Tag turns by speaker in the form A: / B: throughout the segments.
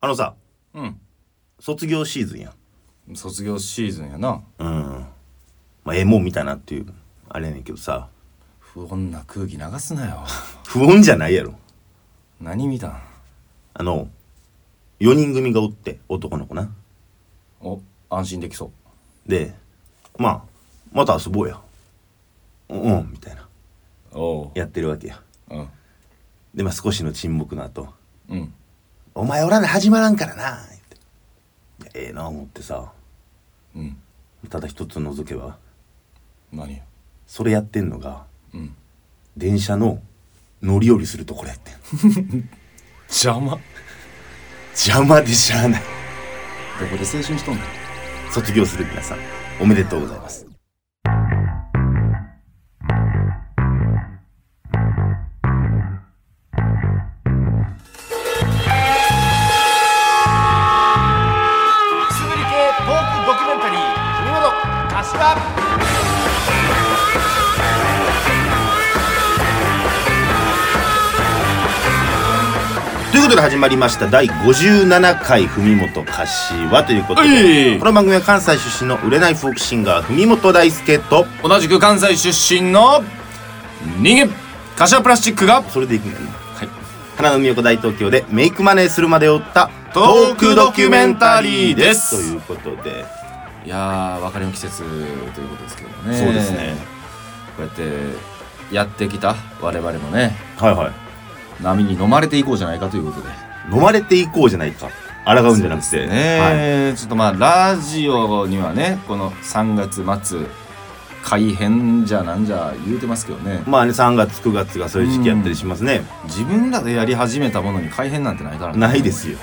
A: あのさ
B: うん
A: 卒業シーズンやん
B: 卒業シーズンやな
A: うんまあええもん見たなっていうあれやねんけどさ
B: 不穏な空気流すなよ
A: 不穏じゃないやろ
B: 何見たん
A: あの4人組がおって男の子な
B: お安心できそ
A: でまあまた遊ぼうやうんうんみたいな
B: うお
A: やってるわけや
B: うん
A: でまあ少しの沈黙の後
B: うん
A: お前おらな始まらんからな」言っていやええな思ってさ
B: うん
A: ただ一つ除けば
B: 何よ
A: それやってんのが
B: うん
A: 電車の乗り降りするところやってん
B: 邪魔ど
A: 邪魔でしゃあない
B: こで青春しとんの
A: 卒業する皆さんおめでとうございます
C: くすぶり系トークドキュメンタリー「君の柏」
A: ということで始まりました第57回文元柏ということ
B: は
A: で
B: い
A: この番組は関西出身の売れないフォークシンガー文元大輔と
B: 同じく関西出身の人間柏プラスチックが
A: それでいくんだよね
B: はい
A: 花の都大東京でメイクマネーするまでを追った
B: トークドキュメンタリーです
A: ということで
B: いやー別れの季節ということですけどね
A: そうですね
B: こうやってやってきた我々もね
A: はいはい
B: 波に飲まれていこうじゃないかということで
A: 飲まれていこうじゃないか抗うんじゃなく
B: そう
A: て
B: ですね、ちょっとまあラジオにはねこの3月末改編じゃなんじゃ言うてますけどね
A: はい、まあね3月9月がそういう時期やったりしますね、
B: 自分らでやり始めたものに改編なんてないからね
A: ないですよ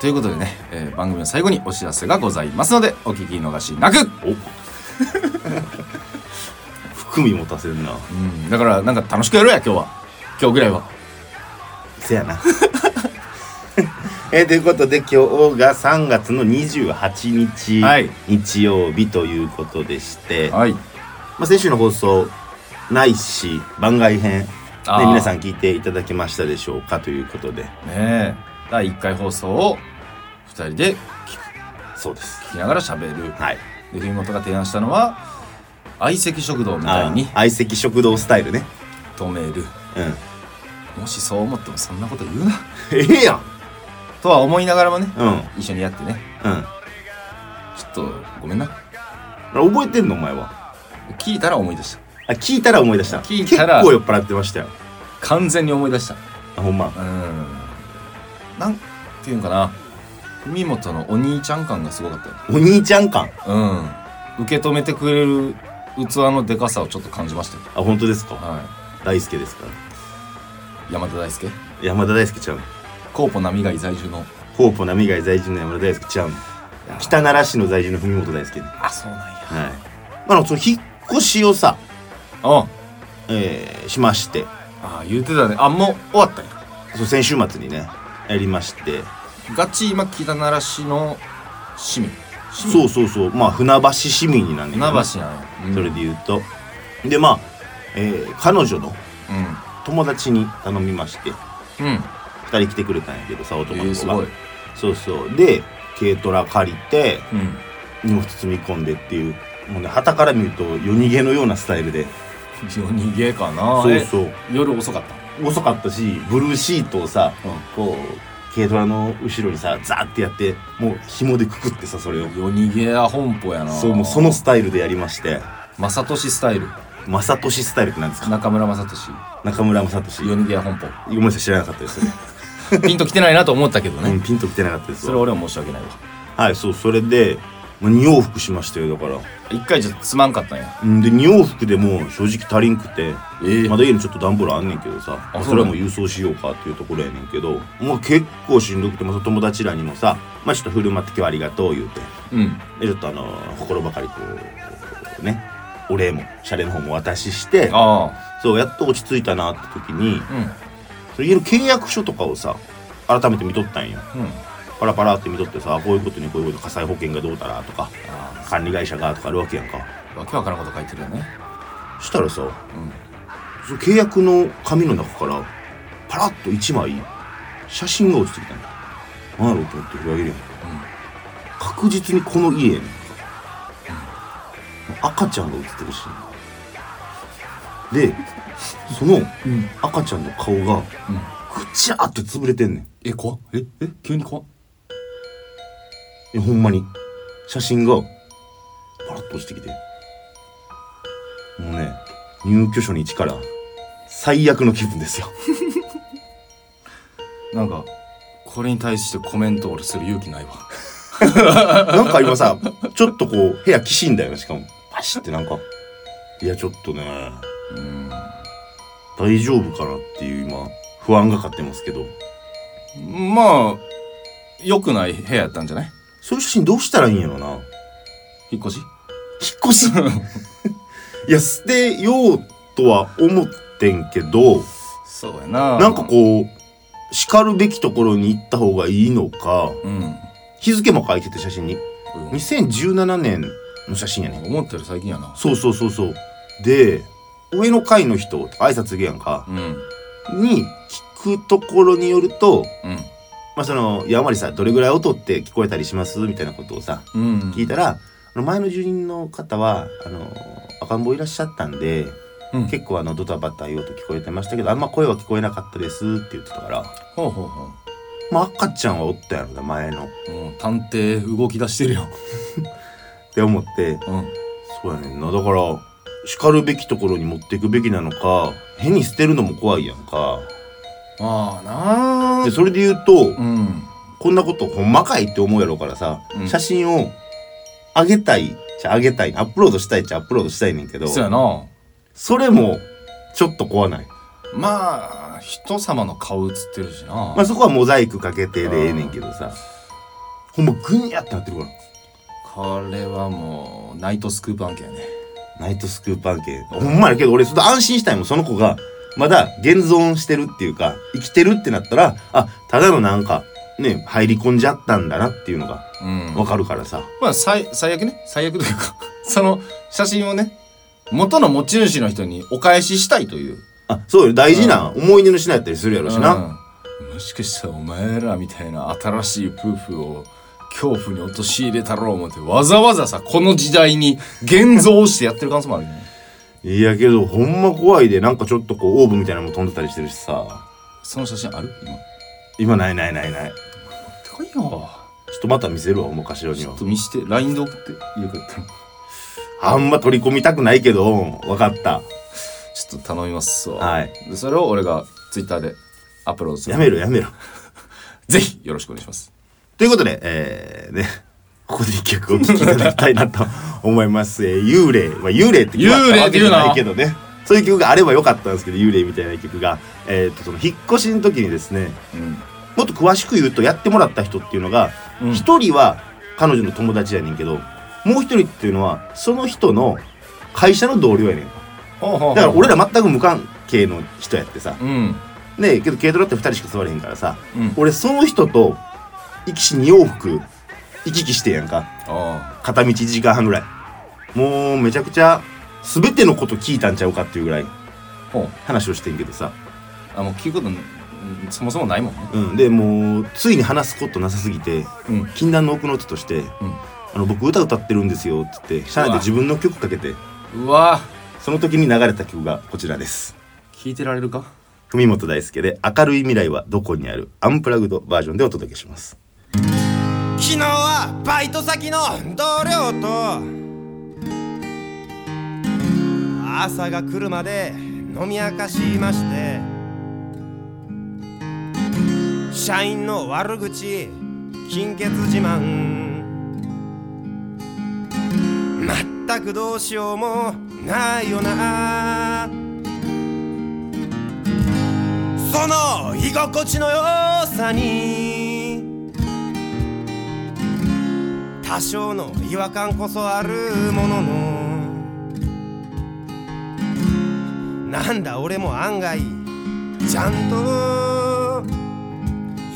B: ということでね、えー番組の最後にお知らせがございますのでお聞き逃しなく、
A: お含み持たせるな
B: うん、だからなんか楽しくやろうや今日は今日ぐらいは
A: せやなえーということで今日が3月の28日、
B: はい
A: 日曜日ということでして、
B: はい
A: まあ、先週の放送ないし番外編で
B: あー
A: 皆さん聞いていただけましたでしょうかということで
B: ねえ第1回放送を2人で
A: そうです
B: 聞きながら喋る
A: はい
B: で文元が提案したのは相席食堂みたい
A: あ
B: に
A: ー相席食堂スタイルね
B: 止める
A: うん
B: もしそう思ってもそんなこと言うな
A: ええやん
B: とは思いながらもね
A: うんうん
B: 一緒にやってねちょっとごめんな
A: 覚えてんのお前は
B: 聞いたら思い出した
A: あ聞いたら思い出した
B: 聞いたら
A: 結構酔っ払ってましたよ
B: 完全に思い出した
A: あほんま
B: うんなんていうんかな文元のお兄ちゃん感がすごかったよ
A: お兄ちゃん感
B: うん受け止めてくれる器のでかさをちょっと感じましたよ
A: あ本当ですか
B: は
A: 大輔ですから
B: い山田大輔
A: 山田大輔ちゃん
B: コーポ波貝在住の
A: コーポ波外在住の山田大輔ちゃん北奈良市の在住の文元大輔ね
B: あそうなんや
A: はいまああのその引っ越しをさ、
B: あ
A: えーしまして
B: あ言うてたねあもう終わったんや
A: そう先週末にねやりまして
B: ガチ今北奈良市の市民市民
A: そうそうそうまあ船橋市民になんねんけ
B: 船
A: どね
B: 橋なんや、うん、
A: それで言うとでまあ、えー彼女の友達に頼みまして
B: うんうん
A: 2人来てくれたんやけどさ男
B: え
A: の
B: ー、
A: 子
B: す
A: が、
B: ごい
A: そうそうで軽トラ借りて
B: うん
A: 荷物積み込んでっていうもうね旗から見ると夜逃げのようなスタイルで
B: 夜逃げかな
A: そうそう
B: え夜遅かった
A: 遅かったしブルーシートをさ、こう軽トラの後ろにさザーってやってもう紐でくくってさそれを
B: 夜逃げや本舗やな
A: そうもうそのスタイルでやりまして
B: 正俊スタイル
A: 正俊スタイルって何ですか
B: 中村正俊
A: 中村正俊
B: 夜逃げや本舗
A: ごめんなさい知らなかったですね、
B: ピンと来てないなと思ったけど ね、
A: うん、ピンときてなかったです
B: それ
A: わ
B: 俺は申し訳ないわ
A: はいそうそれで2往復しましたよだから
B: 一回じゃつまんかったんや
A: うんで2往復でもう正直足りんくて
B: ええ
A: まだ家にちょっと段ボールあんねんけどさ
B: あ
A: そ
B: そう
A: れ
B: な
A: は
B: の
A: もう郵送しようかっていうところやねんけどもう結構しんどくてまあ友達らにもさ「まあ、ちょっと振る舞って今日はありがとう」言うて
B: うん
A: でちょっとあの心ばかりこうねお礼もシャレの方もお渡しして
B: あ
A: そうやっと落ち着いたなって時に
B: あう
A: その家の契約書とかをさ改めて見とったんよ
B: んうん
A: パラパラって見とってさこういうことにこういうこと火災保険がどうだらとか
B: あ
A: 管理会社がとかあるわけやんか
B: あわけわからんこと書いてるよね
A: そしたらさ
B: うん
A: その契約の紙の中からパラッと1枚写真が落ちてきたんだ何やろうと思って振り上げるやんか、確実にこの家やねんか、赤ちゃんが映ってるしでその
B: ん
A: 赤ちゃんの顔がぐちゃーって潰れてんねん
B: え怖っええ急に怖っ
A: いやほんまに写真がパラッと落ちてきてもうね入居者に一から最悪の気分ですよ
B: なんかこれに対してコメント俺する勇気ないわ
A: なんか今さちょっとこう部屋きしんだよねしかもパシってなんかいやちょっとね
B: うん
A: 大丈夫かなっていう今不安が勝ってますけど
B: まあ良くない部屋やったんじゃない
A: そういう写真どうしたらいいんやろな
B: 引っ越し
A: 引っ越すいや捨てようとは思ってんけど
B: そうやな
A: なんかこう叱るべきところに行った方がいいのか
B: ううん、
A: 日付も書いてて写真に2017年の写真やねん
B: 思ったより最近やな
A: そうそうそうそうで上の階の人挨拶げやんか
B: うんうん
A: に聞くところによるとまあその「いやあまりさどれぐらい音って聞こえたりします?」みたいなことをさ
B: うん
A: 聞いたら、あの前の住人の方はあの赤ん坊いらっしゃったんで
B: うん
A: 結構あのドタバタいう音聞こえてましたけどあんま声は聞こえなかったですって言ってたから、
B: ほうほうほう
A: まあ、赤ちゃんはおったやろな前のっ
B: うん探偵動き出してるよ
A: て思って
B: うん
A: そうやねんなだから叱るべきところに持っていくべきなのか変に捨てるのも怖いやんか
B: まあなあ
A: でそれで言うと
B: うん
A: こんなことほんまかいって思うやろうからさ、
B: うん
A: 写真をあげたいじゃあげたいアップロードしたいっちゃアップロードしたいねんけど
B: そうやな
A: それもちょっと怖ない、
B: まあ人様の顔映ってるしな、
A: まあ、そこはモザイクかけてでええねんけどさほんまグニャってなってるから
B: これはもうナイトスクープ案件やね
A: ナイトスクープ案件ほんまやけど俺ちょっと安心したいもんその子がまだ現存してるっていうか生きてるってなったらあただのなんかね入り込んじゃったんだなっていうのが
B: うん
A: わかるからさ、
B: まあ最最悪ね最悪というかその写真をね元の持ち主の人にお返ししたいという
A: あそうよ大事な思い出の品やったりするやろしな、
B: うんもしかしたらお前らみたいな新しい夫婦を恐怖に陥れたろう思ってわざわざさこの時代に現像してやってる感想もあるよね
A: いやけどほんま怖いでなんかちょっとこうオーブみたいなのも飛んでたりしてるしさ
B: その写真ある今
A: 今ないないないないちょ
B: 持ってこいよ
A: っとまた見せるわほんま柏に
B: ちょ
A: は
B: っと見して LINE で送ってよかったら
A: あんま取り込みたくないけどうんわかった
B: ちょっと頼みますわ
A: はい
B: でそれを俺が Twitter でアップロードす
A: や
B: る
A: めろやめろ
B: ぜひよろしくお願いします
A: ということでえー、ね ここで一曲お聴きいただきたいなと思います、えー、幽霊、まあ、幽霊って決まったわけじゃないけどねそういう曲があればよかったんですけど幽霊みたいな曲が、えー、とその引っ越しの時にですね
B: うん
A: もっと詳しく言うとやってもらった人っていうのが
B: うん
A: 一、人は彼女の友達やねんけどもう一人っていうのはその人の会社の同僚やねんだ
B: ほうほうほう
A: から俺ら全く無関係の人やってさ
B: うん
A: ねえけど軽トラって二人しか座れへんからさ
B: うん
A: 俺その人と行きし2往復行き来してんやんか
B: あ
A: 片道1時間半ぐらいもうめちゃくちゃ全てのこと聞いたんちゃうかっていうぐらい
B: あほう
A: 話をしてんけどさ、
B: あもう聞くことうんそもそもないもんね
A: うん、でもうついに話すことなさすぎて
B: うん
A: 禁断の奥の手として
B: うん
A: 「あの僕歌歌ってるんですよ」っつって社内で自分の曲かけて
B: うわ
A: その時に流れた曲がこちらです
B: 聞いてられるか
A: 文本大輔で「明るい未来はどこにある」アンプラグドバージョンでお届けします
C: 昨日はバイト先の同僚と朝が来るまで飲み明かしまして社員の悪口金欠自慢全くどうしようもないよなその居心地の良さに多少の違和感こそあるもののなんだ俺も案外ちゃんと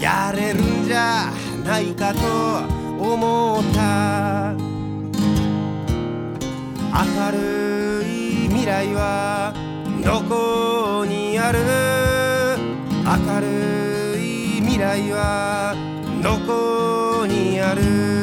C: やれるんじゃないかと思った明るい未来はどこにある明るい未来はどこ
D: にある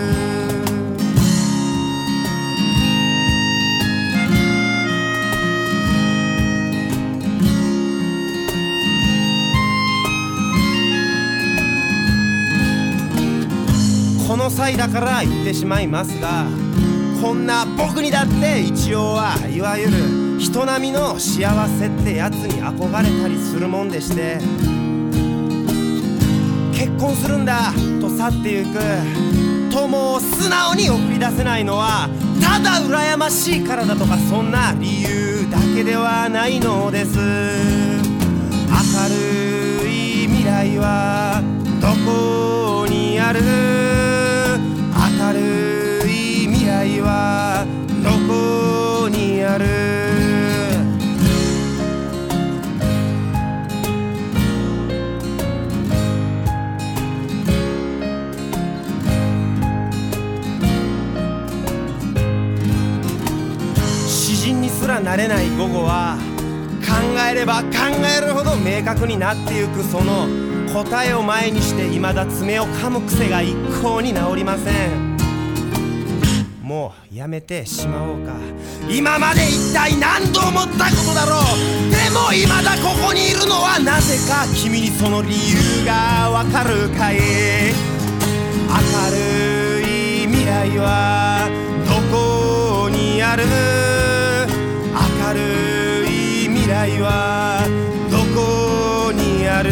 D: この際だから言ってしまいますがこんな僕にだって一応はいわゆる人並みの幸せってやつに憧れたりするもんでして結婚するんだと去ってゆく友を素直に送り出せないのはただ羨ましいからだとかそんな理由だけではないのです明るい未来はどこにある明るい未来はどこにある詩人にすらなれない午後は考えれば考えるほど明確になってゆくその答えを前にして未だ爪を噛む癖が一向に治りませんもうやめてしまおうか今まで一体何度思ったことだろうでも未だここにいるのはなぜか君にその理由がわかるかい明るい未来はどこにある明るい未来はどこにある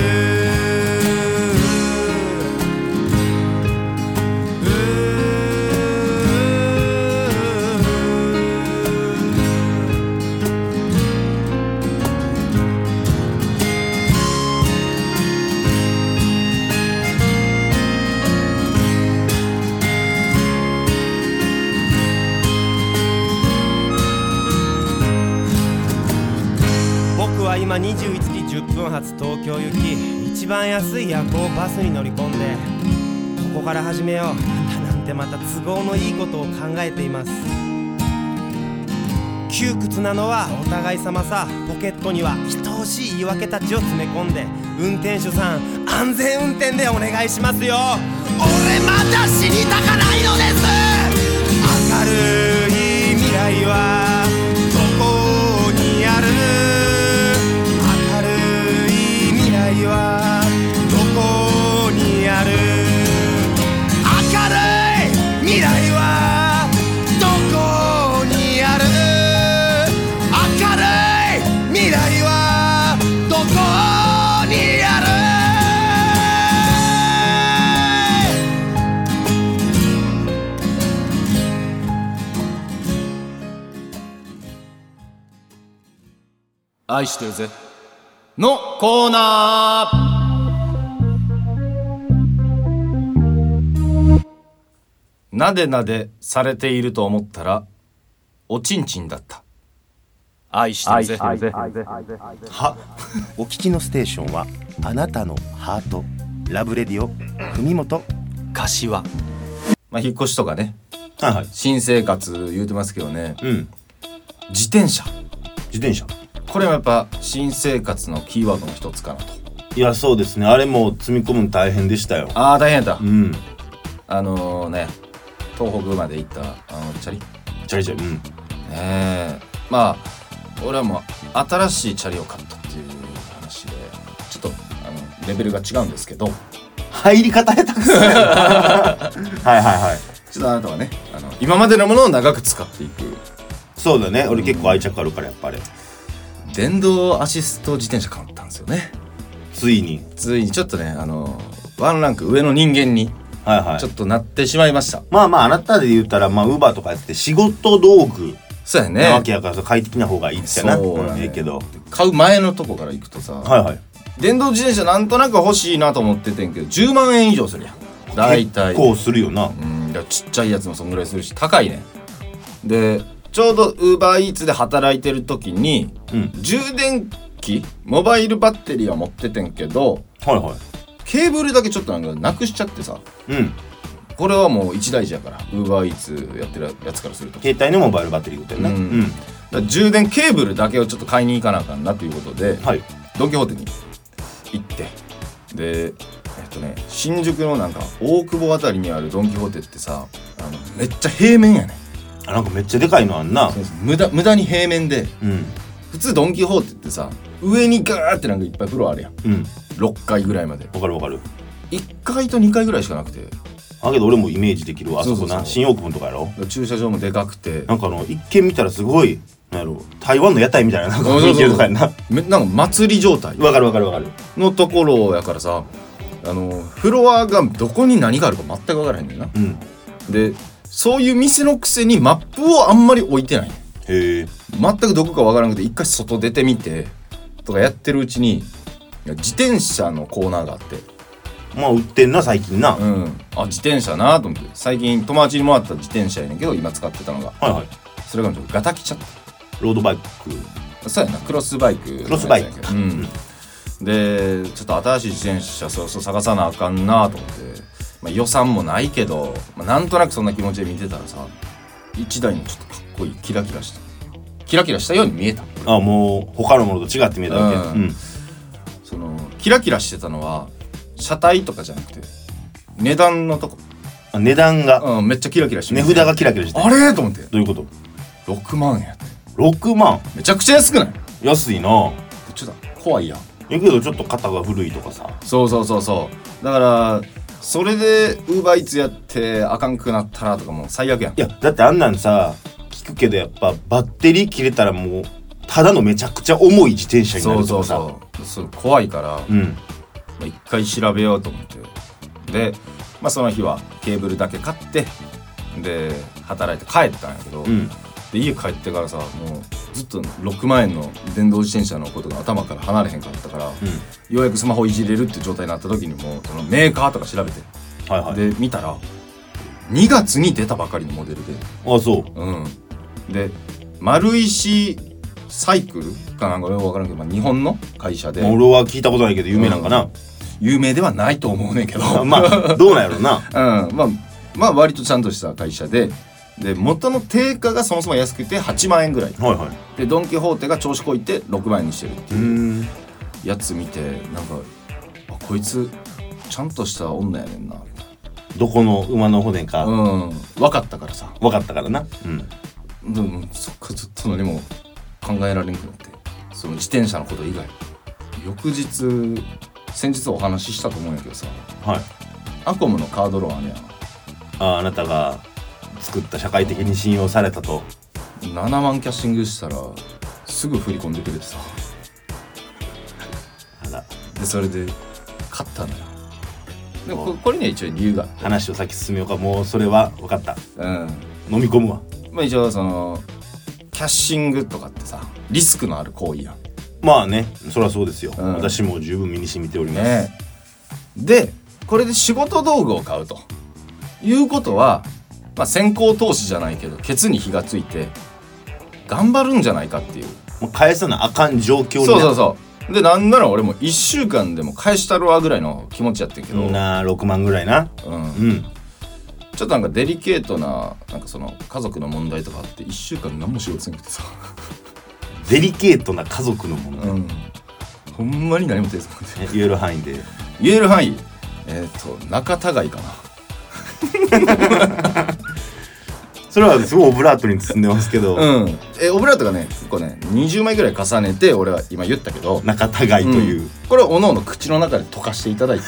D: 僕は今21時10分発東京行き一番安い夜行バスに乗り込んでここから始めようなんてまた都合のいいことを考えています窮屈なのはお互い様さポケットには愛おしい言い訳たちを詰め込んで運転手さん安全運転でお願いしますよ俺まだ死にたかないのです明るい未来はどこにある明るい未来はどこにある明るい未来はどこにある明るい未来はどこにある
B: 愛してるぜのコーナーなでなでされていると思ったらおちんちんだった愛してるぜ
A: は
E: お聞きのステーションはあなたのハートラブレディオ文元
B: 柏まあ引っ越しとかね
A: はいはい
B: 新生活言うてますけどね
A: うん
B: 自転車
A: 自転車
B: これはやっぱ新生活のキーワードの一つかなと
A: いやそうですねあれも積み込むの大変でしたよ
B: ああ大変だった
A: うん
B: あのね東北まで行ったあのチャリね
A: チャリチャリうん
B: えまあ俺はもう新しいチャリを買ったっていう話でちょっとあのレベルが違うんですけどちょ
A: 入り方下手 くそやなはいはいはい
B: っとあなたはねあの今までのものを長く使っていく
A: そうだね俺結構愛着あるからやっぱあれ
B: 電動アシスト自転車買ったんですよね
A: ついに
B: ついにちょっとねあのワンランク上の人間に
A: はいはい
B: ちょっとなってしまいました、
A: まあまああなたで言ったらまあウーバーとかやってて仕事道具
B: そうやね
A: なわけやから快適な方がいいっちゃな
B: そう
A: う
B: だ
A: ん
B: ね
A: ええけど
B: 買う前のとこから行くとさ、
A: はいはい
B: 電動自転車なんとなく欲しいなと思っててんけど10万円以上するやん大体
A: 結構するよな
B: うんだからちっちゃいやつもそんぐらいするし高いねでちょうどウーバーイーツで働いてる時に
A: うん
B: 充電器モバイルバッテリーは持っててんけど
A: はいは
B: ケーブルだけちょっとなんかなくしちゃってさ
A: いうん
B: これはもう一大事やからウーバーイーツやってるやつからするとだか
A: 携帯のモバイルバッテリーってことやな
B: う
A: うんん
B: ら充電ケーブルだけをちょっと買いに行かなあかんなということで
A: はい
B: ドン・キホーテに行ってでえっとね新宿のなんか大久保あたりにあるドン・キホーテってさあのめっちゃ平面やね
A: あなんかめっちゃでかいのあんな
B: そう無駄無駄に平面で
A: うん
B: 普通ドン・キホーテってさ上にガーってなんかいっぱい風呂あるやん
A: うん
B: 6階ぐらいまで
A: わかるわかる
B: 1階と2階ぐらいしかなくて
A: あけど俺もイメージできるわあそこ
B: そうそうそ
A: な
B: う
A: 新大久保のとかやろ
B: 駐車場もでかくて
A: なんかあの一見見たらすごいなんやろ台湾の屋台みたいななんか
B: そうそ
A: 雰
B: うそう
A: 囲気のとかやな
B: めなんか祭り状態
A: わかるわかるわかる
B: のところやからさあのフロアがどこに何があるか全く分からへんねんな
A: うん
B: でそういう店のくせにマップをあんまり置いてないねん
A: へえ
B: 全くどこかわからなくて一回外出てみてとかやってるうちにいや自転車のコーナーがあって、
A: まあ売ってんな最近な、
B: うん、あ自転車なと思って最近友達にもらった自転車やねんけど今使ってたのが
A: はいはい
B: それがちょっとガタきちゃった
A: ロードバイク
B: そうやなクロスバイクのやつやけど
A: クロスバイクか
B: うん、でちょっと新しい自転車そうそう探さなあかんなと思って、まあ、予算もないけど、まあ、なんとなくそんな気持ちで見てたらさ一台のちょっとかっこいいキラキラしたキラキラしたように見えた
A: あもう他のものと違って見えたわけ、う
B: うんんそのキラキラしてたのは車体とかじゃなくて値段のとこ、
A: あ値段が、
B: うん、めっちゃキラキラして
A: 値
B: る
A: 札がキラキラしてる
B: あれと思って
A: どういうこと
B: 6万円やって
A: 6万
B: めちゃくちゃ安くない
A: 安いな
B: ちょっと怖いやん
A: えけどちょっと肩が古いとかさ
B: そうそうそうそうだからそれでウーバーイーツやってあかんくなったらとかもう最悪やん
A: いやだってあんなんさ聞くけどやっぱバッテリー切れたらもうただのめちゃくちゃ重い自転車にな
B: そ
A: る
B: う
A: と
B: そ
A: か
B: う
A: さ
B: そうそう怖いから、ま
A: うん
B: あ一回調べようと思ってで、まあ、その日はケーブルだけ買ってで働いて帰ったんやけど、
A: うん
B: で家帰ってからさもうずっと6万円の電動自転車のことが頭から離れへんかったから、ようやくスマホいじれるって状態になった時にもうそのメーカーとか調べて、
A: はいはい
B: で見たら2月に出たばかりのモデルで、
A: あそう
B: うん、で丸石サイクルかなんかよく分からんけど、まあ、日本の会社で
A: 俺は聞いたことないけど有名なんかな、
B: 有名ではないと思うねんけど、
A: あまあどうなんやろうな
B: うん、まあまあ割とちゃんとした会社でで元の定価がそもそも安くて8万円ぐらい
A: はいはい
B: でドン・キホーテが調子こいて6万円にしてるって
A: う
B: いうんやつ見てなんかあこいつちゃんとした女やねんなみたい
A: どこの馬の骨か、
B: なうん分かったからさ
A: 分かったからな、うん、
B: でもそっからずっと何も考えられなくなってその自転車のこと以外翌日先日お話ししたと思うんやけどさ
A: はい
B: アコムのカードローンあれや
A: ああなたが作った社会的に信用されたと
B: ん7万キャッシングしたらすぐ振り込んでくれてさ
A: あら
B: でそれで勝ったのよでもここれには一応理由が
A: 話を先進めようかもうそれは分かった
B: うん
A: 飲み込むわ
B: まあ一応そのキャッシングとかってさリスクのある行為やん
A: まあねそりゃそうですよ、
B: うん
A: 私も十分身に染みております、
B: ねでこれで仕事道具を買うということは、まあ、先行投資じゃないけどケツに火がついて頑張るんじゃないかっていう
A: もう返さなあかん状況に
B: そうそ
A: な
B: うそうでなんなら俺も1週間でも返したるわぐらいの気持ちやってんけど、
A: うんな6万ぐらいな
B: うん
A: うん
B: ちょっとなんかデリケートななんかその家族の問題とかあって1週間何も仕事せなくてさ、
A: デリケートな家族のもの、
B: うん、 ほんまに何も手つかなくて
A: ね言える範囲で
B: 言える範囲えっ、と仲違いかな
A: それはすごいオブラートに包んでますけど、
B: うん、えオブラートがね結構ね20枚ぐらい重ねて俺は今言ったけど、
A: 仲違いという、
B: うんこれをおのおの口の中で溶かしていただ いて、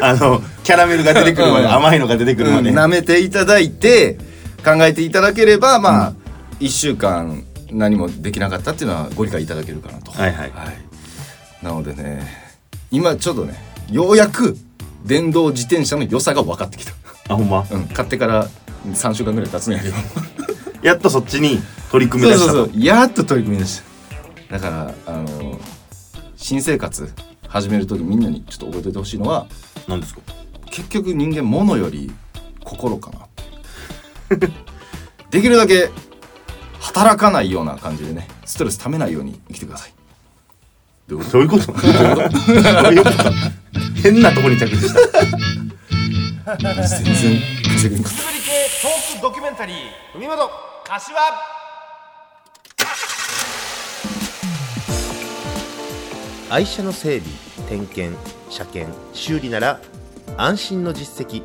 A: あのキャラメルが出てくるまで、
B: うん
A: 甘いのが出てくるまで、
B: うん舐めていただいて考えていただければまあ、1週間何もできなかったっていうのはご理解いただけるかなと
A: はいはい
B: なのでね今ちょっとねようやく電動自転車の良さが分かってきた、
A: あほんま、
B: うん、買ってから3週間ぐらい経つんやけど
A: やっとそっちに取り組み出したと
B: そうそうそうやっと取り組み出しただからあの新生活始める時みんなにちょっと覚えておいてほしいのは
A: なんですか
B: 結局人間物より心かな できるだけ働かないような感じでねストレスためないように生きてくださいどういうこ
A: ど
B: と
A: ういうこと どういうこと 変なとこに着地した
B: 全然稼げんかっ
C: 物理系トークドキュメンタリー海本柏
F: 愛車の整備点検車検修理なら安心の実績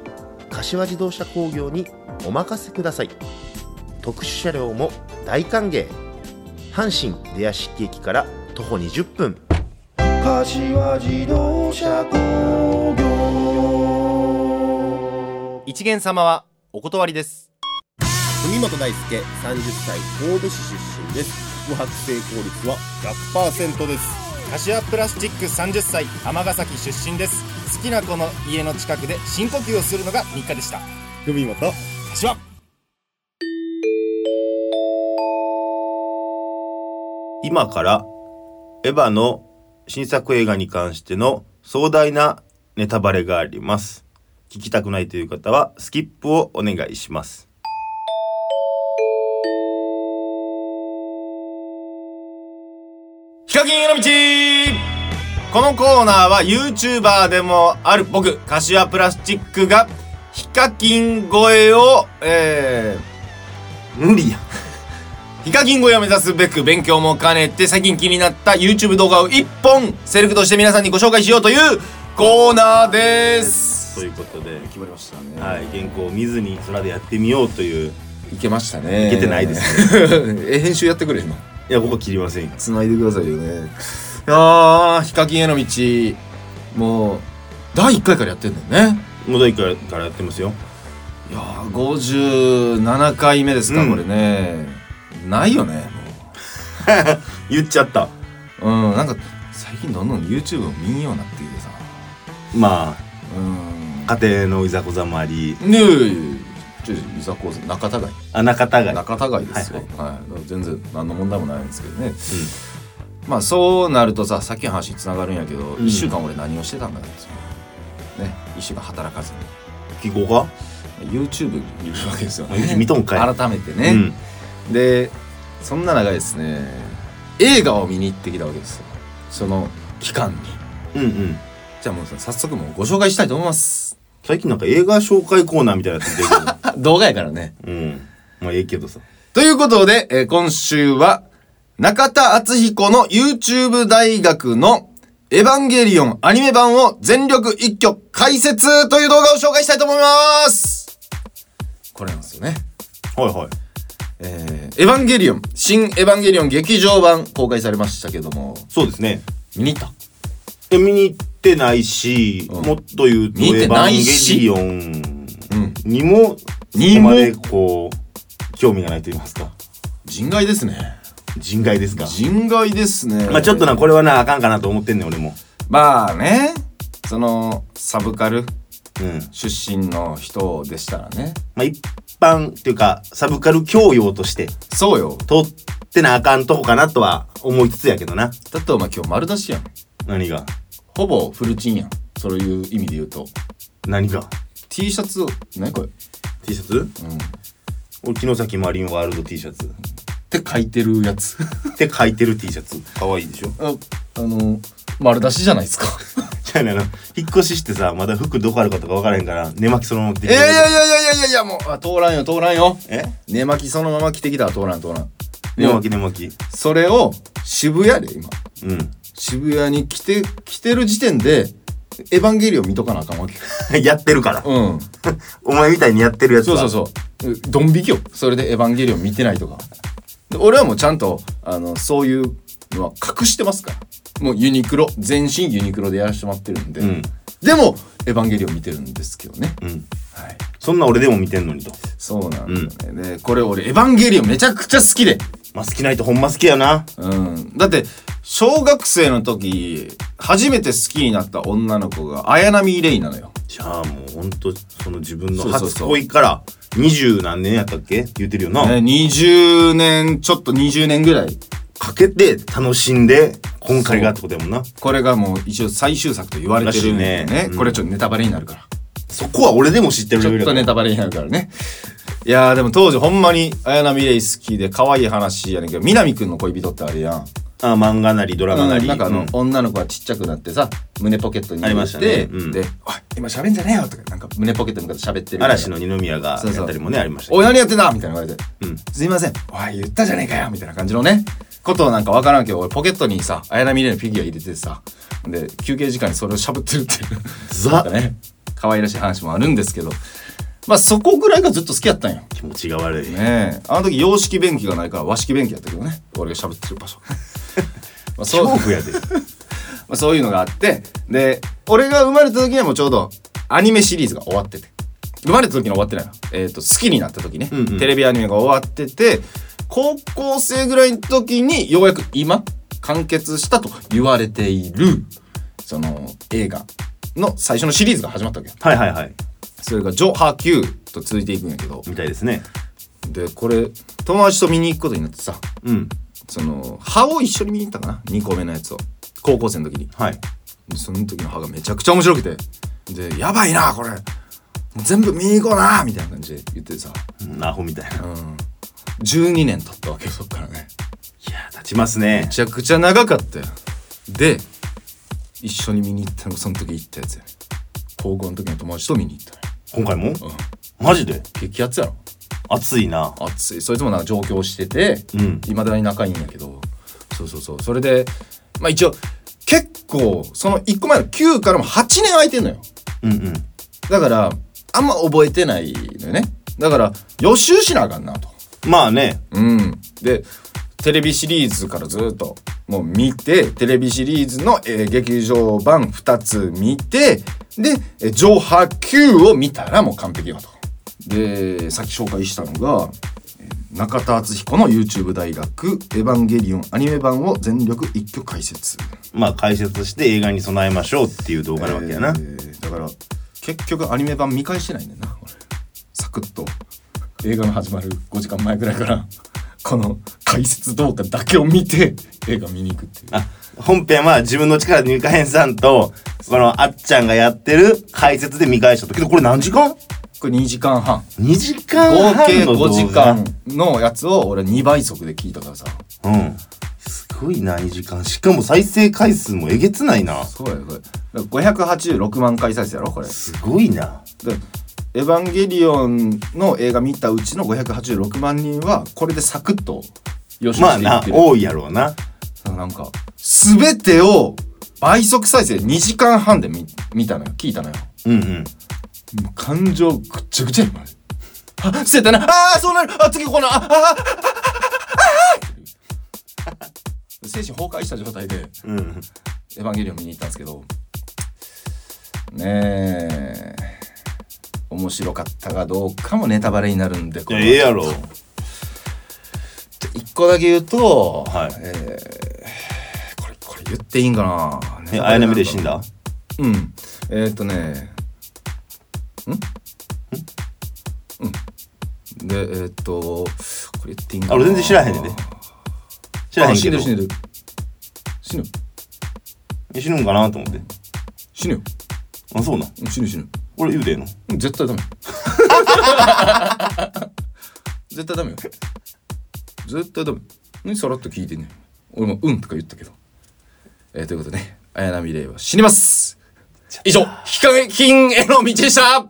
F: 柏自動車工業にお任せください特殊車両も大歓迎阪神出屋敷駅から徒歩20分
D: 柏自動車工業
B: 一元様はお断りです
G: 文本大輔30歳神戸市出身です宿泊成功率は100%です
H: 柏プラスチック30歳尼崎出身です好きな子の家の近くで深呼吸をするのが日課でした
G: 文本
H: 柏
A: 今からエヴァの新作映画に関しての壮大なネタバレがあります聞きたくないという方はスキップをお願いします
B: ヒカキンへの道このコーナーは YouTuber でもある僕、柏プラスチックがヒカキン越えを、え
A: 無理や
B: ー、ヒカキン越えを目指すべく勉強も兼ねて最近気になった YouTube 動画を1本セレクトして皆さんにご紹介しようというコーナーです。
A: ということで、
B: 決まりましたね。
A: はい、原稿を見ずに空でやってみようという
B: い。いけましたね。
A: いけてないです
B: ね。 え、編集やってくれ、今。
A: いやここ切りませんよ
B: 繋いでくださいよねいやーヒカキンへの道もう第1回からやってんだよね
A: もう第一回からやってますよ
B: いやー57回目ですか、
A: うん
B: これねないよね
A: 言っちゃった
B: もううんなんか最近どんどん YouTube を見んようになってきてさ
A: ま
B: うん
A: あ家庭のいざこざもあり
B: ねえちょいちょいざこうぜ仲たがい
A: あなかたが
B: 仲たがいですよ、はい全然何の問題もないんですけどね、まあそうなるとささっきの話につながるんやけど、一
A: ん
B: 1週間俺何をしてたんだろうね1週間働かずに
A: 記号か
B: YouTube にいるわけですよね
A: YouTube 見とんかい
B: 改めてね、でそんな長いですね映画を見に行ってきたわけですよその期間に
A: うん、うんうん
B: じゃあもうさ早速もうご紹介したいと思います
A: 最近なんか映画紹介コーナーみたいなやつ出てる
B: あ動画やからね
A: けどうんまあええけどさ
B: ということで、えー今週は、中田敦彦の YouTube 大学のエヴァンゲリオンアニメ版を全力一挙解説という動画を紹介したいと思いますこれなんですよね。
A: はいはい
B: えーエヴァンゲリオン、新エヴァンゲリオン劇場版公開されましたけども、
A: そうですね
B: 見に行った
A: で見に行ってないし、
B: うん
A: もっと言うと「
B: 見
A: エ
B: て
A: ヴ
B: な
A: ァ
B: い
A: ン
B: し
A: ゲリオン
B: うん。」
A: にもそ
B: に
A: こ
B: も
A: までこう興味がないと言いますか
B: 人外ですね。
A: 人外ですか
B: 人外ですね。
A: まあちょっとなこれはなあかんかなと思ってんねん俺も
B: まあね、その、サブカル
A: うん
B: 出身の人でしたらね。
A: まあ一般っていうかサブカル教養として
B: そうよ。
A: 取ってなあかんとこかなとは思いつつやけどな
B: だってお前今日丸出しやん。
A: 何が
B: ほぼフルチンやん。そういう意味で言うと。
A: 何が
B: T シャツを、何これ
A: T シャツ、俺木の先マリンワールド T シャツ
B: って書いてるやつ。
A: って書いてる T シャツ可愛いでしょ
B: あ、あの、丸出しじゃないですか。
A: じゃあねあの引っ越ししてさまだ服どこあるかとか分からへんから寝巻きそのまま着て
B: い
A: き
B: や
A: て
B: いやいやいやいやいやいや、もう、あ通らんよ、通らんよ。
A: え
B: 寝巻きそのまま着てきたら通らん、通らん。
A: 寝巻き寝巻き
B: それを渋谷で今、
A: うん
B: 渋谷に来て、来てる時点で、エヴァンゲリオン見とかなあかんわ け。
A: やってるから
B: うん。
A: お前みたいにやってるやつ
B: そう
A: は
B: そうそう。うドン引きよ。それでエヴァンゲリオン見てないとか。で俺はもうちゃんと、あの、そういうのは隠してますから。もうユニクロ、全身ユニクロでやらせてもらってるんで。
A: うん
B: でも、エヴァンゲリオン見てるんですけどね。
A: うん
B: はい。
A: そんな俺でも見てんのにと
B: そうなんだよね。で、これ俺、エヴァンゲリオンめちゃくちゃ好きで。
A: まあ好きないとほんま好きやな
B: うん。だって、小学生の時、初めて好きになった女の子が、綾波レイなのよ。
A: じゃあもうほんとその自分の
B: そうそう
A: 初
B: そう
A: 恋から二十何年やったっけ言ってるよな、
B: ね、20年、ちょっと20年ぐらい
A: かけて楽しんで今回がってことやもんな
B: これがもう一応最終作と言われてるんでね
A: らしいねうん
B: これちょっとネタバレになるから、
A: そこは俺でも知ってるレ
B: ちょ
A: ベ
B: っ
A: ル
B: と
A: だ
B: ネタバレになるからねいやーでも当時ほんまに綾波レイ好きで可愛い話やねんけど南くんの恋人ってあれやん
A: あ漫画なりドラマなり、
B: なんかあの、
A: うん
B: 女の子がちっちゃくなってさ胸ポケットに
A: あり
B: 入
A: ま
B: れ、
A: してたねうん
B: で「おい今喋んじゃねえよ」とかなんか胸ポケットに向かって喋ってる
A: 嵐
B: み
A: の二宮が
B: そうそう
A: やったりもねありました
B: たいな「おい何やってんだ!」みたいな言われて
A: うん
B: 「すいませんおい言ったじゃねえかよ」みたいな感じのねことをなんかわからんけど俺ポケットにさ綾波レイのフィギュア入れてさで休憩時間にそれをしゃぶってるっていう
A: ザ
B: だね可愛らしい話もあるんですけど、まあそこぐらいがずっと好きやったんよ。
A: 気持ちが悪い、
B: ねえあの時洋式便器がないから和式便器やったけどね俺が喋ってる 場所まあそう
A: 恐怖やで
B: まあそういうのがあってで俺が生まれた時にはもうちょうどアニメシリーズが終わってて生まれた時には終わってないな、えー、と好きになった時ね、
A: んうん
B: テレビアニメが終わってて高校生ぐらいの時にようやく今完結したと言われているその映画の最初のシリーズが始まったわけよ
A: はいはいはい
B: それが「ジョ・ハー・キュー」と続いていくんやけど
A: みたいですね
B: でこれ友達と見に行くことになってさ
A: うん
B: その歯を一緒に見に行ったかな2個目のやつを高校生の時に
A: はい
B: でその時の歯がめちゃくちゃ面白くてで「やばいなこれもう全部見に行こうな」みたいな感じで言ってさ、
A: うんアホみたいな
B: うん、12年経ったわけよそっからね
A: いや立ちますね
B: めちゃくちゃ長かったよで一緒に見に行ったのがその時行ったやつやね高校の時の友達と見に行ったのよ
A: 今回も、マジで
B: 激アツやろ
A: 熱いな
B: 熱いそいつもなんか上京してて
A: うん
B: いま、未だに仲いいんやけどそうそうそうそれでまあ一応結構その1個前の9からも8年空いてんのよ
A: うんうん
B: だからあんま覚えてないのよねだから予習しなあかんなと
A: まあね
B: うんでテレビシリーズからずっともう見てテレビシリーズの、えー劇場版2つ見てでえー上波9を見たらもう完璧よとでさっき紹介したのがえー中田敦彦の YouTube 大学「エヴァンゲリオン」アニメ版を全力一挙解説
A: まあ解説して映画に備えましょうっていう動画なわけやな、
B: えーだから結局アニメ版見返してないねんな俺サクッと映画の始まる5時間前ぐらいからこの解説動画だけを見て映画見に行くっていう
A: あ本編は自分の力で見返さんとこのあっちゃんがやってる解説で見返したけどこれ何時間
B: これ2時間半
A: ?2 時間
B: 合
A: 半の
B: 計
A: 動画
B: 5時間のやつを俺2倍速で聞いたからさ
A: うんすごいな2時間しかも再生回数もえげつないな
B: そうやこれだから586万回再生やろこれ
A: すごいな
B: でエヴァンゲリオンの映画見たうちの586万人はこれでサクッと予習
A: まあ
B: してい
A: な
B: ってる
A: 多いやろうな
B: なんか、すべてを倍速再生2時間半で見見たのよ。聞いたのよ。
A: うんうん
B: もう感情ぐっちゃぐちゃやマジあ、捨てたな。ああ、そうなる。あ、次この、あ、あ、あ、あ、あ、あ、あ、精神崩壊した状態で、
A: うん
B: エヴァンゲリオン見に行ったんですけど、ねえ、面白かったかどうかもネタバレになるんで、こ
A: いや
B: れ
A: ええやろ
B: 一個だけ言うと、
A: はい
B: えーこれ、これ言っていいんかな
A: え綾波で死んだ
B: うん。えーっとね。んんうん。で、えーっと、これ言っていいんかな
A: あ俺全然知らへんねんで知らへ
B: あ
A: ん
B: 死
A: け
B: ぬ
A: ど
B: 死ぬ。死ぬ。
A: 死ぬんかなと思って
B: 死ぬよ。
A: あそうなん
B: うん死ぬ死ぬ。
A: 俺言うでええの
B: うん絶対ダメ。絶対ダメよ。絶対ダメ。何さらっと聞いてんねん俺もうんとか言ったけど。えーということでね、綾波レイは死にます以上、ヒカキンへの道でした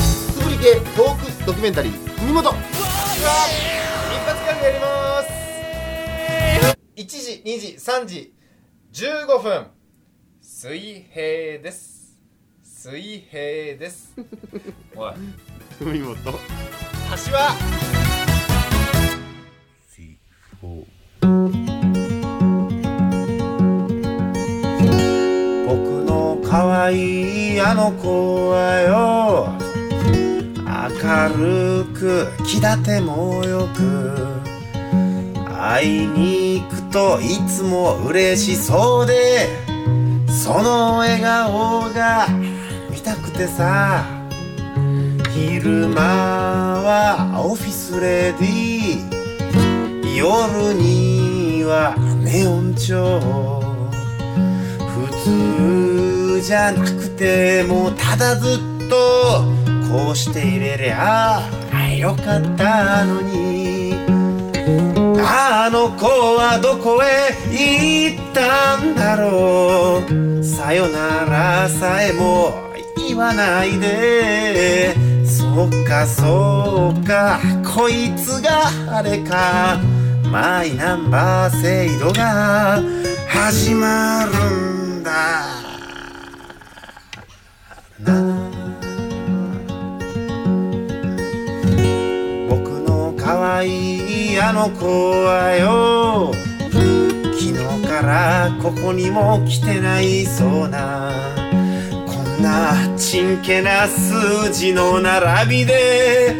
F: つぶり系トークドキュメンタリー「海本」
I: 1時2時3時15分水平です水平ですおい
F: 海本
I: 橋は
D: 僕の可愛いあの子はよ明るく気立てもよく会いに行くといつも嬉しそうでその笑顔が見たくてさ昼間はオフィスレディ夜にはネオン調普通じゃなくてもただずっとこうしていれりゃよかったのにあの子はどこへ行ったんだろうさよならさえも言わないでそっかそっかこいつがあれかマイナンバー制度が始まるんだ可愛いあの子はよ昨日からここにも来てないそうなこんなちんけな数字の並びで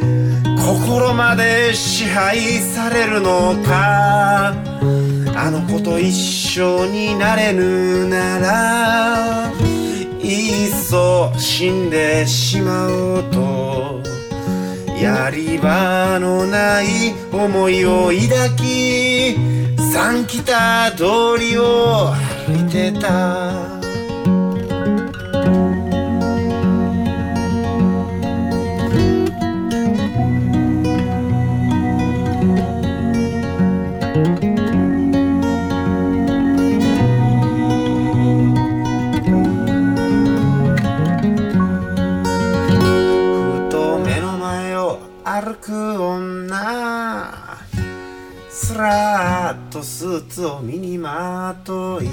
D: 心まで支配されるのかあの子と一緒になれぬならいっそ死んでしまおうとやり場のない思いを抱き三北通りを歩いてたふと目の前を歩く女すらっとスーツを身にまとい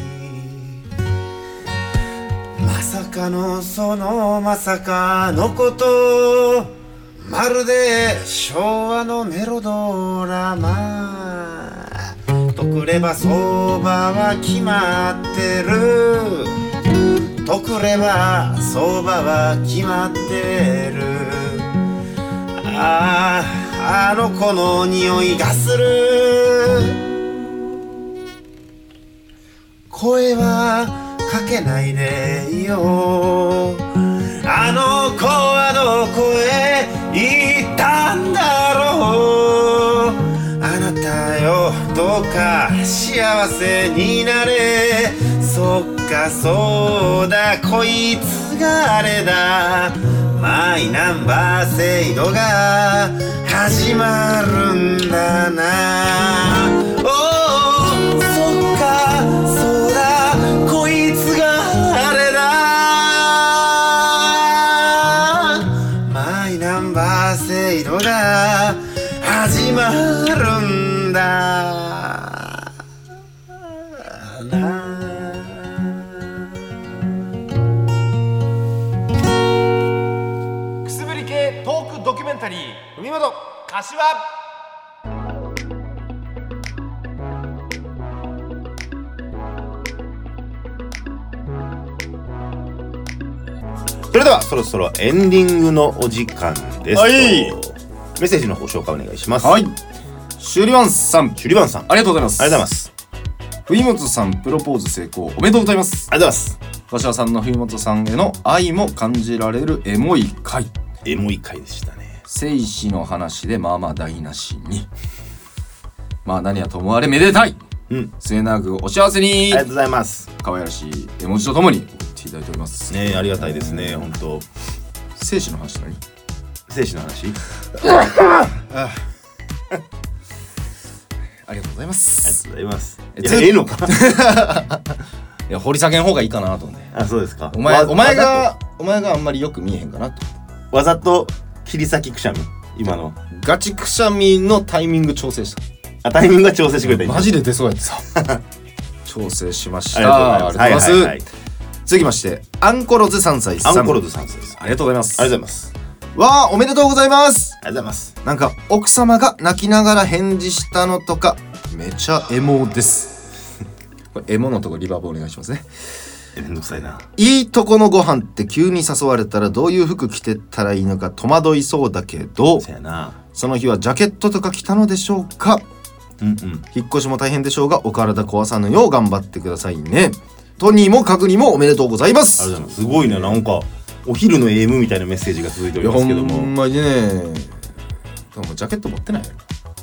D: まさかのそのまさかのことまるで昭和のメロドラマとくれば相場は決まってるとくれば相場は決まってるあああの子の匂いがする声はかけないでよあの子はどこへ行ったんだろうあなたよどうか幸せになれそっかそうだこいつがあれだマイナンバー制度が始まるんだなおおそっかそうだこいつがあれだマイナンバー制度が始まるんだな
I: くすぶり系トークドキュメンタリー海本柏
A: それではそろそろエンディングのお時間です。
B: はい
A: メッセージのご紹介お願いします。
B: はい。シュリワンさん、
A: シュリバンさん、あ
B: ありがとうございます。
A: りがとうございます。
B: 冬本さん、プロポーズ成功、おめでとうございます。
A: ありがとうございます。
B: 柏さんの冬本さんへの愛も感じられるエモい回。
A: エモい回でしたね。
B: 生死の話でまあまあ台無しに。まあ何はともあれめでたい
A: うん。
B: 末永くお幸せ
A: あり
B: に
A: がとうございます。
B: 可愛らしい絵文字とともに送っていただいております。
A: ねえありがたいですね、本当。
B: 生死の話だね。
A: 精子の話。
B: ありがとうござい
A: あり
B: ま
A: が
B: す
A: と。うございます。
B: え
A: いや
B: つ
A: ええのか。
B: いや掘り下げん方がいいかなと思って。
A: あ、そうですか。
B: お前
A: わ
B: お前。がお前があんまりよく見えへんかなと。
A: わざとわざと切り裂きくしゃみ。今の。
B: ガチくしゃみのタイミング調整した。
A: あ、タイミングが調整してくれた。今
B: マジで出そうやってさ。 調整しまし
A: ありがとう
B: た。
A: ございます。はいはいはい。
B: 続きましてアンコロズ3歳さん
A: アンコロズさんです。
B: ありがとうございます
A: ありがとうございます。
B: わあおめでとうございます
A: ありがとうございます。
B: なんか奥様が泣きながら返事したのとかめちゃエモです これエモのとこリバーブお願いしますね
A: えめんどくさいな。
B: いいとこのご飯って急に誘われたらどういう服着てったらいいのか戸惑いそうだけど
A: そうやな。
B: その日はジャケットとか着たのでしょうか
A: うんうん。
B: 引っ越しも大変でしょうがお体壊さぬよう頑張ってくださいねとにもかくにもおめでとうございま
A: ありがとうござ
B: す
A: います。すごいね、なんか。お昼の AM みたいなメッセージが続いてお
B: い
A: り
B: や
A: ま
B: ほ
A: すけども
B: んまにねでもジャケット持ってないよ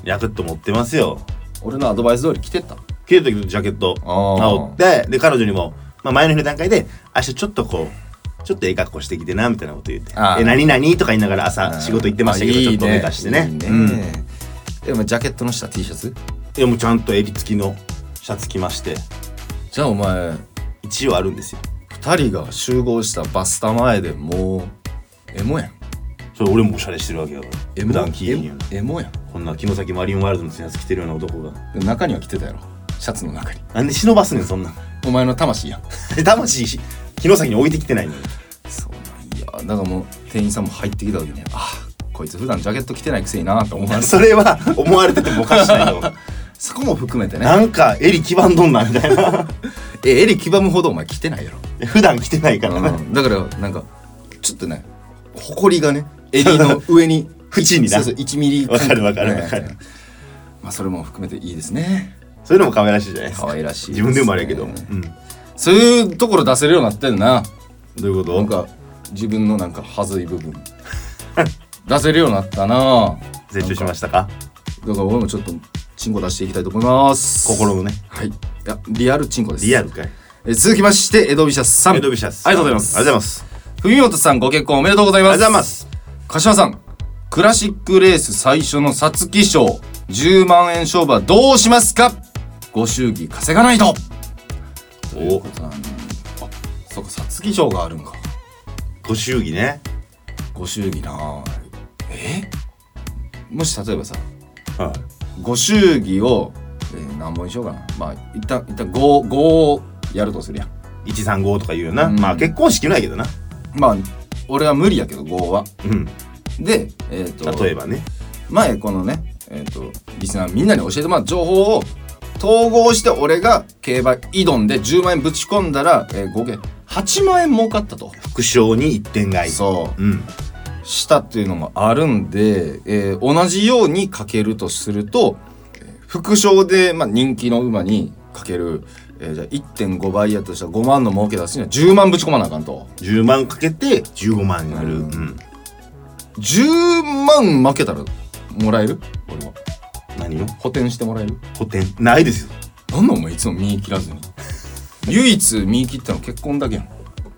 A: ヤケット持ってますよ
B: 俺のアドバイス通り着てった
A: 切れた時のジャケット
B: あー
A: 羽織ってで彼女にも、まあ、前の日の段階で「明日ちょっとこうちょっとええ格好してきてな」みたいなこと言って
B: あ
A: 「
B: ー
A: え何々?」とか言いながら朝仕事行ってましたけど
B: あいい
A: ちょ
B: ね
A: っとお願いしてね
B: いい
A: うん、
B: でもジャケットの下 T シャツ
A: でもちゃんと襟付きのシャツ着まして
B: じゃあお前
A: 一応あるんですよ
B: 2人が集合したバスタ前でもうエモやん
A: それ俺もおしゃれしてるわけやから
B: エ
A: 普
B: モ
A: 段着いんよ
B: エモエモやん
A: こんな城崎マリンワールドの T シャツ着てるような男が
B: で中には着てたやろシャツの中に
A: なんで忍ばすねんそんなん
B: お前の魂やん
A: 魂し城崎に置いてきてないのに
B: そうなんやだからもう店員さんも入ってきた時にああこいつ普段ジャケット着てないくせになと思われて
A: それは思われててもおかしないよ
B: そこも含めてね
A: なんか襟黄ばんどんなみたいな
B: え襟黄ばむほどお前着てないやろ
A: 普段着てないからな、
B: うんだからなんかちょっとねほこりがね襟 の上に
A: 縁にな
B: そうそう1ミリ
A: わかるわかるわかる
B: ねまあそれも含めていいですね
A: そういうのも可愛らしいじゃないです
B: 可
A: か
B: 愛らしい
A: 自分でもあれやけど、
B: で
A: う
B: すね
A: ん、ど
B: そういうところ出せるようになってんな
A: ういうこと
B: なんか自分のなんか恥ずい部分出せるようになったな
A: 成長しましたか
B: だから俺もちょっとチンコ出していきたいと思います
A: 心のね
B: はいいやリアルチンコです
A: リアルかい
B: え続きまして江戸飛車さん
A: エドビシャス
B: ありがとうございます
A: ありがとうございます
B: 文本さんご結婚おめでとうございます
A: ありがとうございます
B: 柏さんクラシックレース最初の皐月賞10万円勝負はどうしますかご祝儀稼がないとということなんであそうか皐月賞があるんか
A: ご祝儀ね
B: ご祝儀なあえもし例えばさ
A: は
B: ご祝儀を、えー何本にしようかなまあ一旦一旦五五をやるとするやん
A: い135とか言うな、
B: うん
A: まあ結婚式ないけどな
B: まあ俺は無理やけど5は
A: うん
B: でえっ、と
A: 例えばね
B: 前このねえっ、とリスナーみんなに教えてもらった情報を統合して俺が競馬挑んで10万円ぶち込んだら、えー合計8万円儲かったと、
A: 副賞に一点買い、
B: そう
A: ん、
B: したっていうのもあるんで、えー同じようにかけるとするとえー副賞で、まあ、人気の馬にかける、えーじゃあ1.5倍やとしたら5万の儲け出すには10万ぶち込まなあかんと
A: 10万かけて15万になる、うん、
B: 10万負けたらもらえる俺は
A: 何を
B: 補填してもらえる
A: 補填ないですよ
B: なんだお前いつも見切ら ずに唯一見切ったの結婚だけやん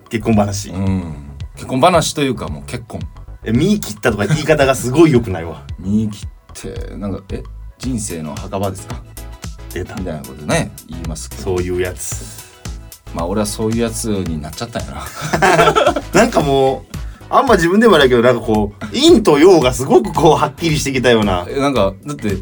A: 結婚話、
B: うん結婚話というかもう結婚
A: え見切ったとか言い方がすごい良くないわ
B: 見切ってなんかえ人生の墓場ですか
A: 出た
B: みたいなことね言いますけど
A: そういうやつ
B: まあ俺はそういうやつになっちゃったんやな。
A: なんかもうあんま自分でもないけどなんかこう陰と陽がすごくこうはっきりしてきたような
B: えなんかだって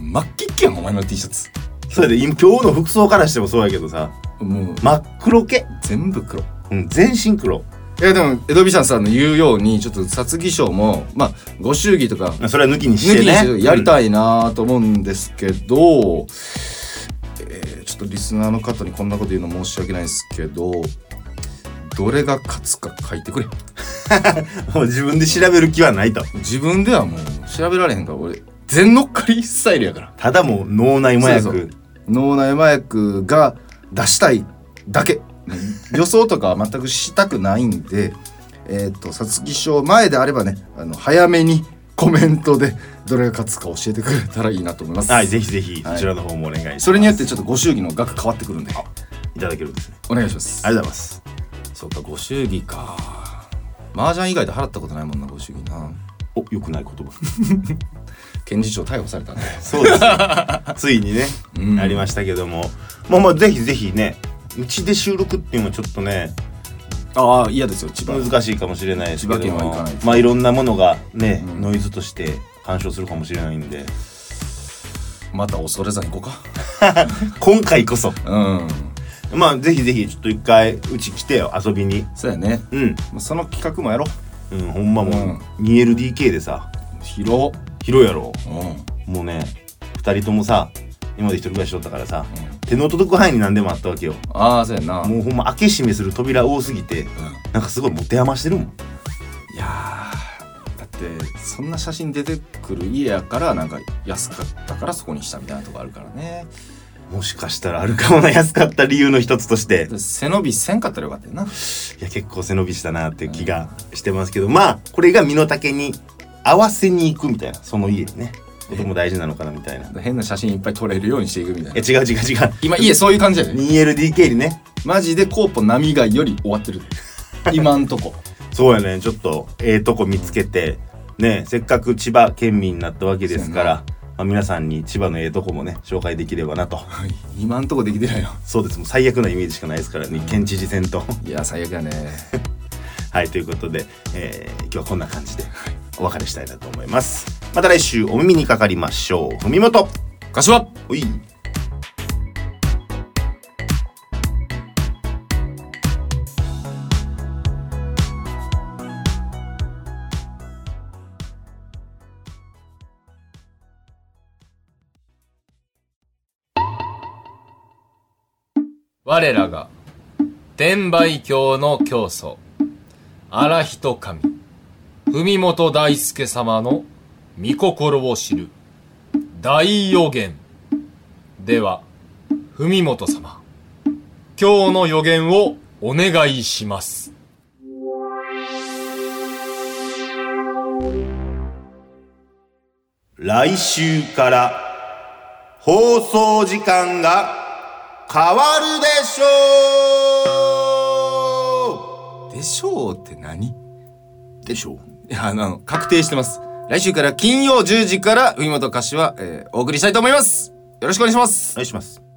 B: 真っ黄っけやんお前の T シャツ。
A: それで今今日の服装からしてもそうやけどさ
B: もう
A: 真っ黒系、
B: 全部黒。
A: うん、全身黒
B: いやでも江戸美シャンさんの言うようにちょっと殺技賞もまあご祝儀とか
A: それは抜きにし
B: 抜
A: て
B: きに
A: ね
B: してやり
A: い、
B: たいなと思うんですけど、えーちょっとリスナーの方にこんなこと言うの申し訳ないですけどどれが勝つか書いてくれ
A: うん自分で調べる気はないと
B: 自分ではもう調べられへんから俺全乗っかりスタイルやから
A: ただもう脳内麻薬
B: そうそう脳内麻薬が出したいだけ予想とかは全くしたくないんで えっ、と皐月賞前であればねあの早めにコメントでどれが勝つか教えてくれたらいいなと思います、
A: はいぜひぜひ
B: はい
A: そちらの方もお願いします、
B: それによってちょっとご祝儀の額変わってくるんで
A: いただけるんですね
B: お願いします
A: ありがとうございます
B: そうかご祝儀か麻雀以外で払ったことないもんなご祝儀な
A: お良くない言葉
B: 検事長逮捕されたんで
A: そうです、ね、ついにね、
B: うん
A: ありましたけどもまあまあぜひぜひねうちで収録っていうのはちょっとね
B: ああ嫌ですよ千葉
A: 難しいかもしれないですけども
B: 千葉県は行かないです
A: まあいろんなものがね、
B: うん
A: ノイズとして干渉するかもしれないんで
B: また恐れ山行こう
A: 今回こそ
B: かうん
A: まあぜひぜひちょっと一回うち来てよ遊びに
B: そうやね
A: うん、
B: まあその企画もやろう
A: うん、ほんまもう 2LDK でさ
B: 広っ
A: 広いやろ
B: うん
A: もうね2人ともさ今まで一人暮らししとったからさ、手の届く範囲に何でもあったわけよ
B: ああそうやな
A: もうほんま開け閉めする扉多すぎて、なんかすごい持て余してるもん
B: いやーだってそんな写真出てくる家やからなんか安かったからそこにしたみたいなとこあるからね
A: もしかしたらあるかもな安かった理由の一つとして
B: で背伸びせんかったらよかったよない
A: や結構背伸びしたなっていう気がしてますけど、まあこれが身の丈に合わせに行くみたいなその家にねことも大事なのかなみたいな
B: 変な写真いっぱい撮れるようにしていくみたい
A: え
B: な
A: 違う違う違う
B: 今家そういう感じやね
A: 2LDK にね
B: マジでコーポ波がより終わってるで今んとこ
A: そうやねちょっとええとこ見つけてねせっかく千葉県民になったわけですから、まあ、皆さんに千葉のええとこもね紹介できればなと
B: 今んとこできてないよ
A: そうですもう最悪なイメージしかないですからね県知事選と
B: いや最悪やね
A: はいということで、えー今日はこんな感じでお別れしたいなと思いますまた来週お耳にかかりましょう文元
B: 柏
A: おい
B: 我らが、天売教の教祖、荒人神、文本大輔様の御心を知る、大予言。では、文本様、今日の予言をお願いします。
A: 来週から放送時間が変わるでしょ
J: でしょうって何いう
A: でしょう
J: や、あの、確定してます。来週から金曜10時から、海本柏、えー、お送りしたいと思います。よろしくお願いします
A: お。願いします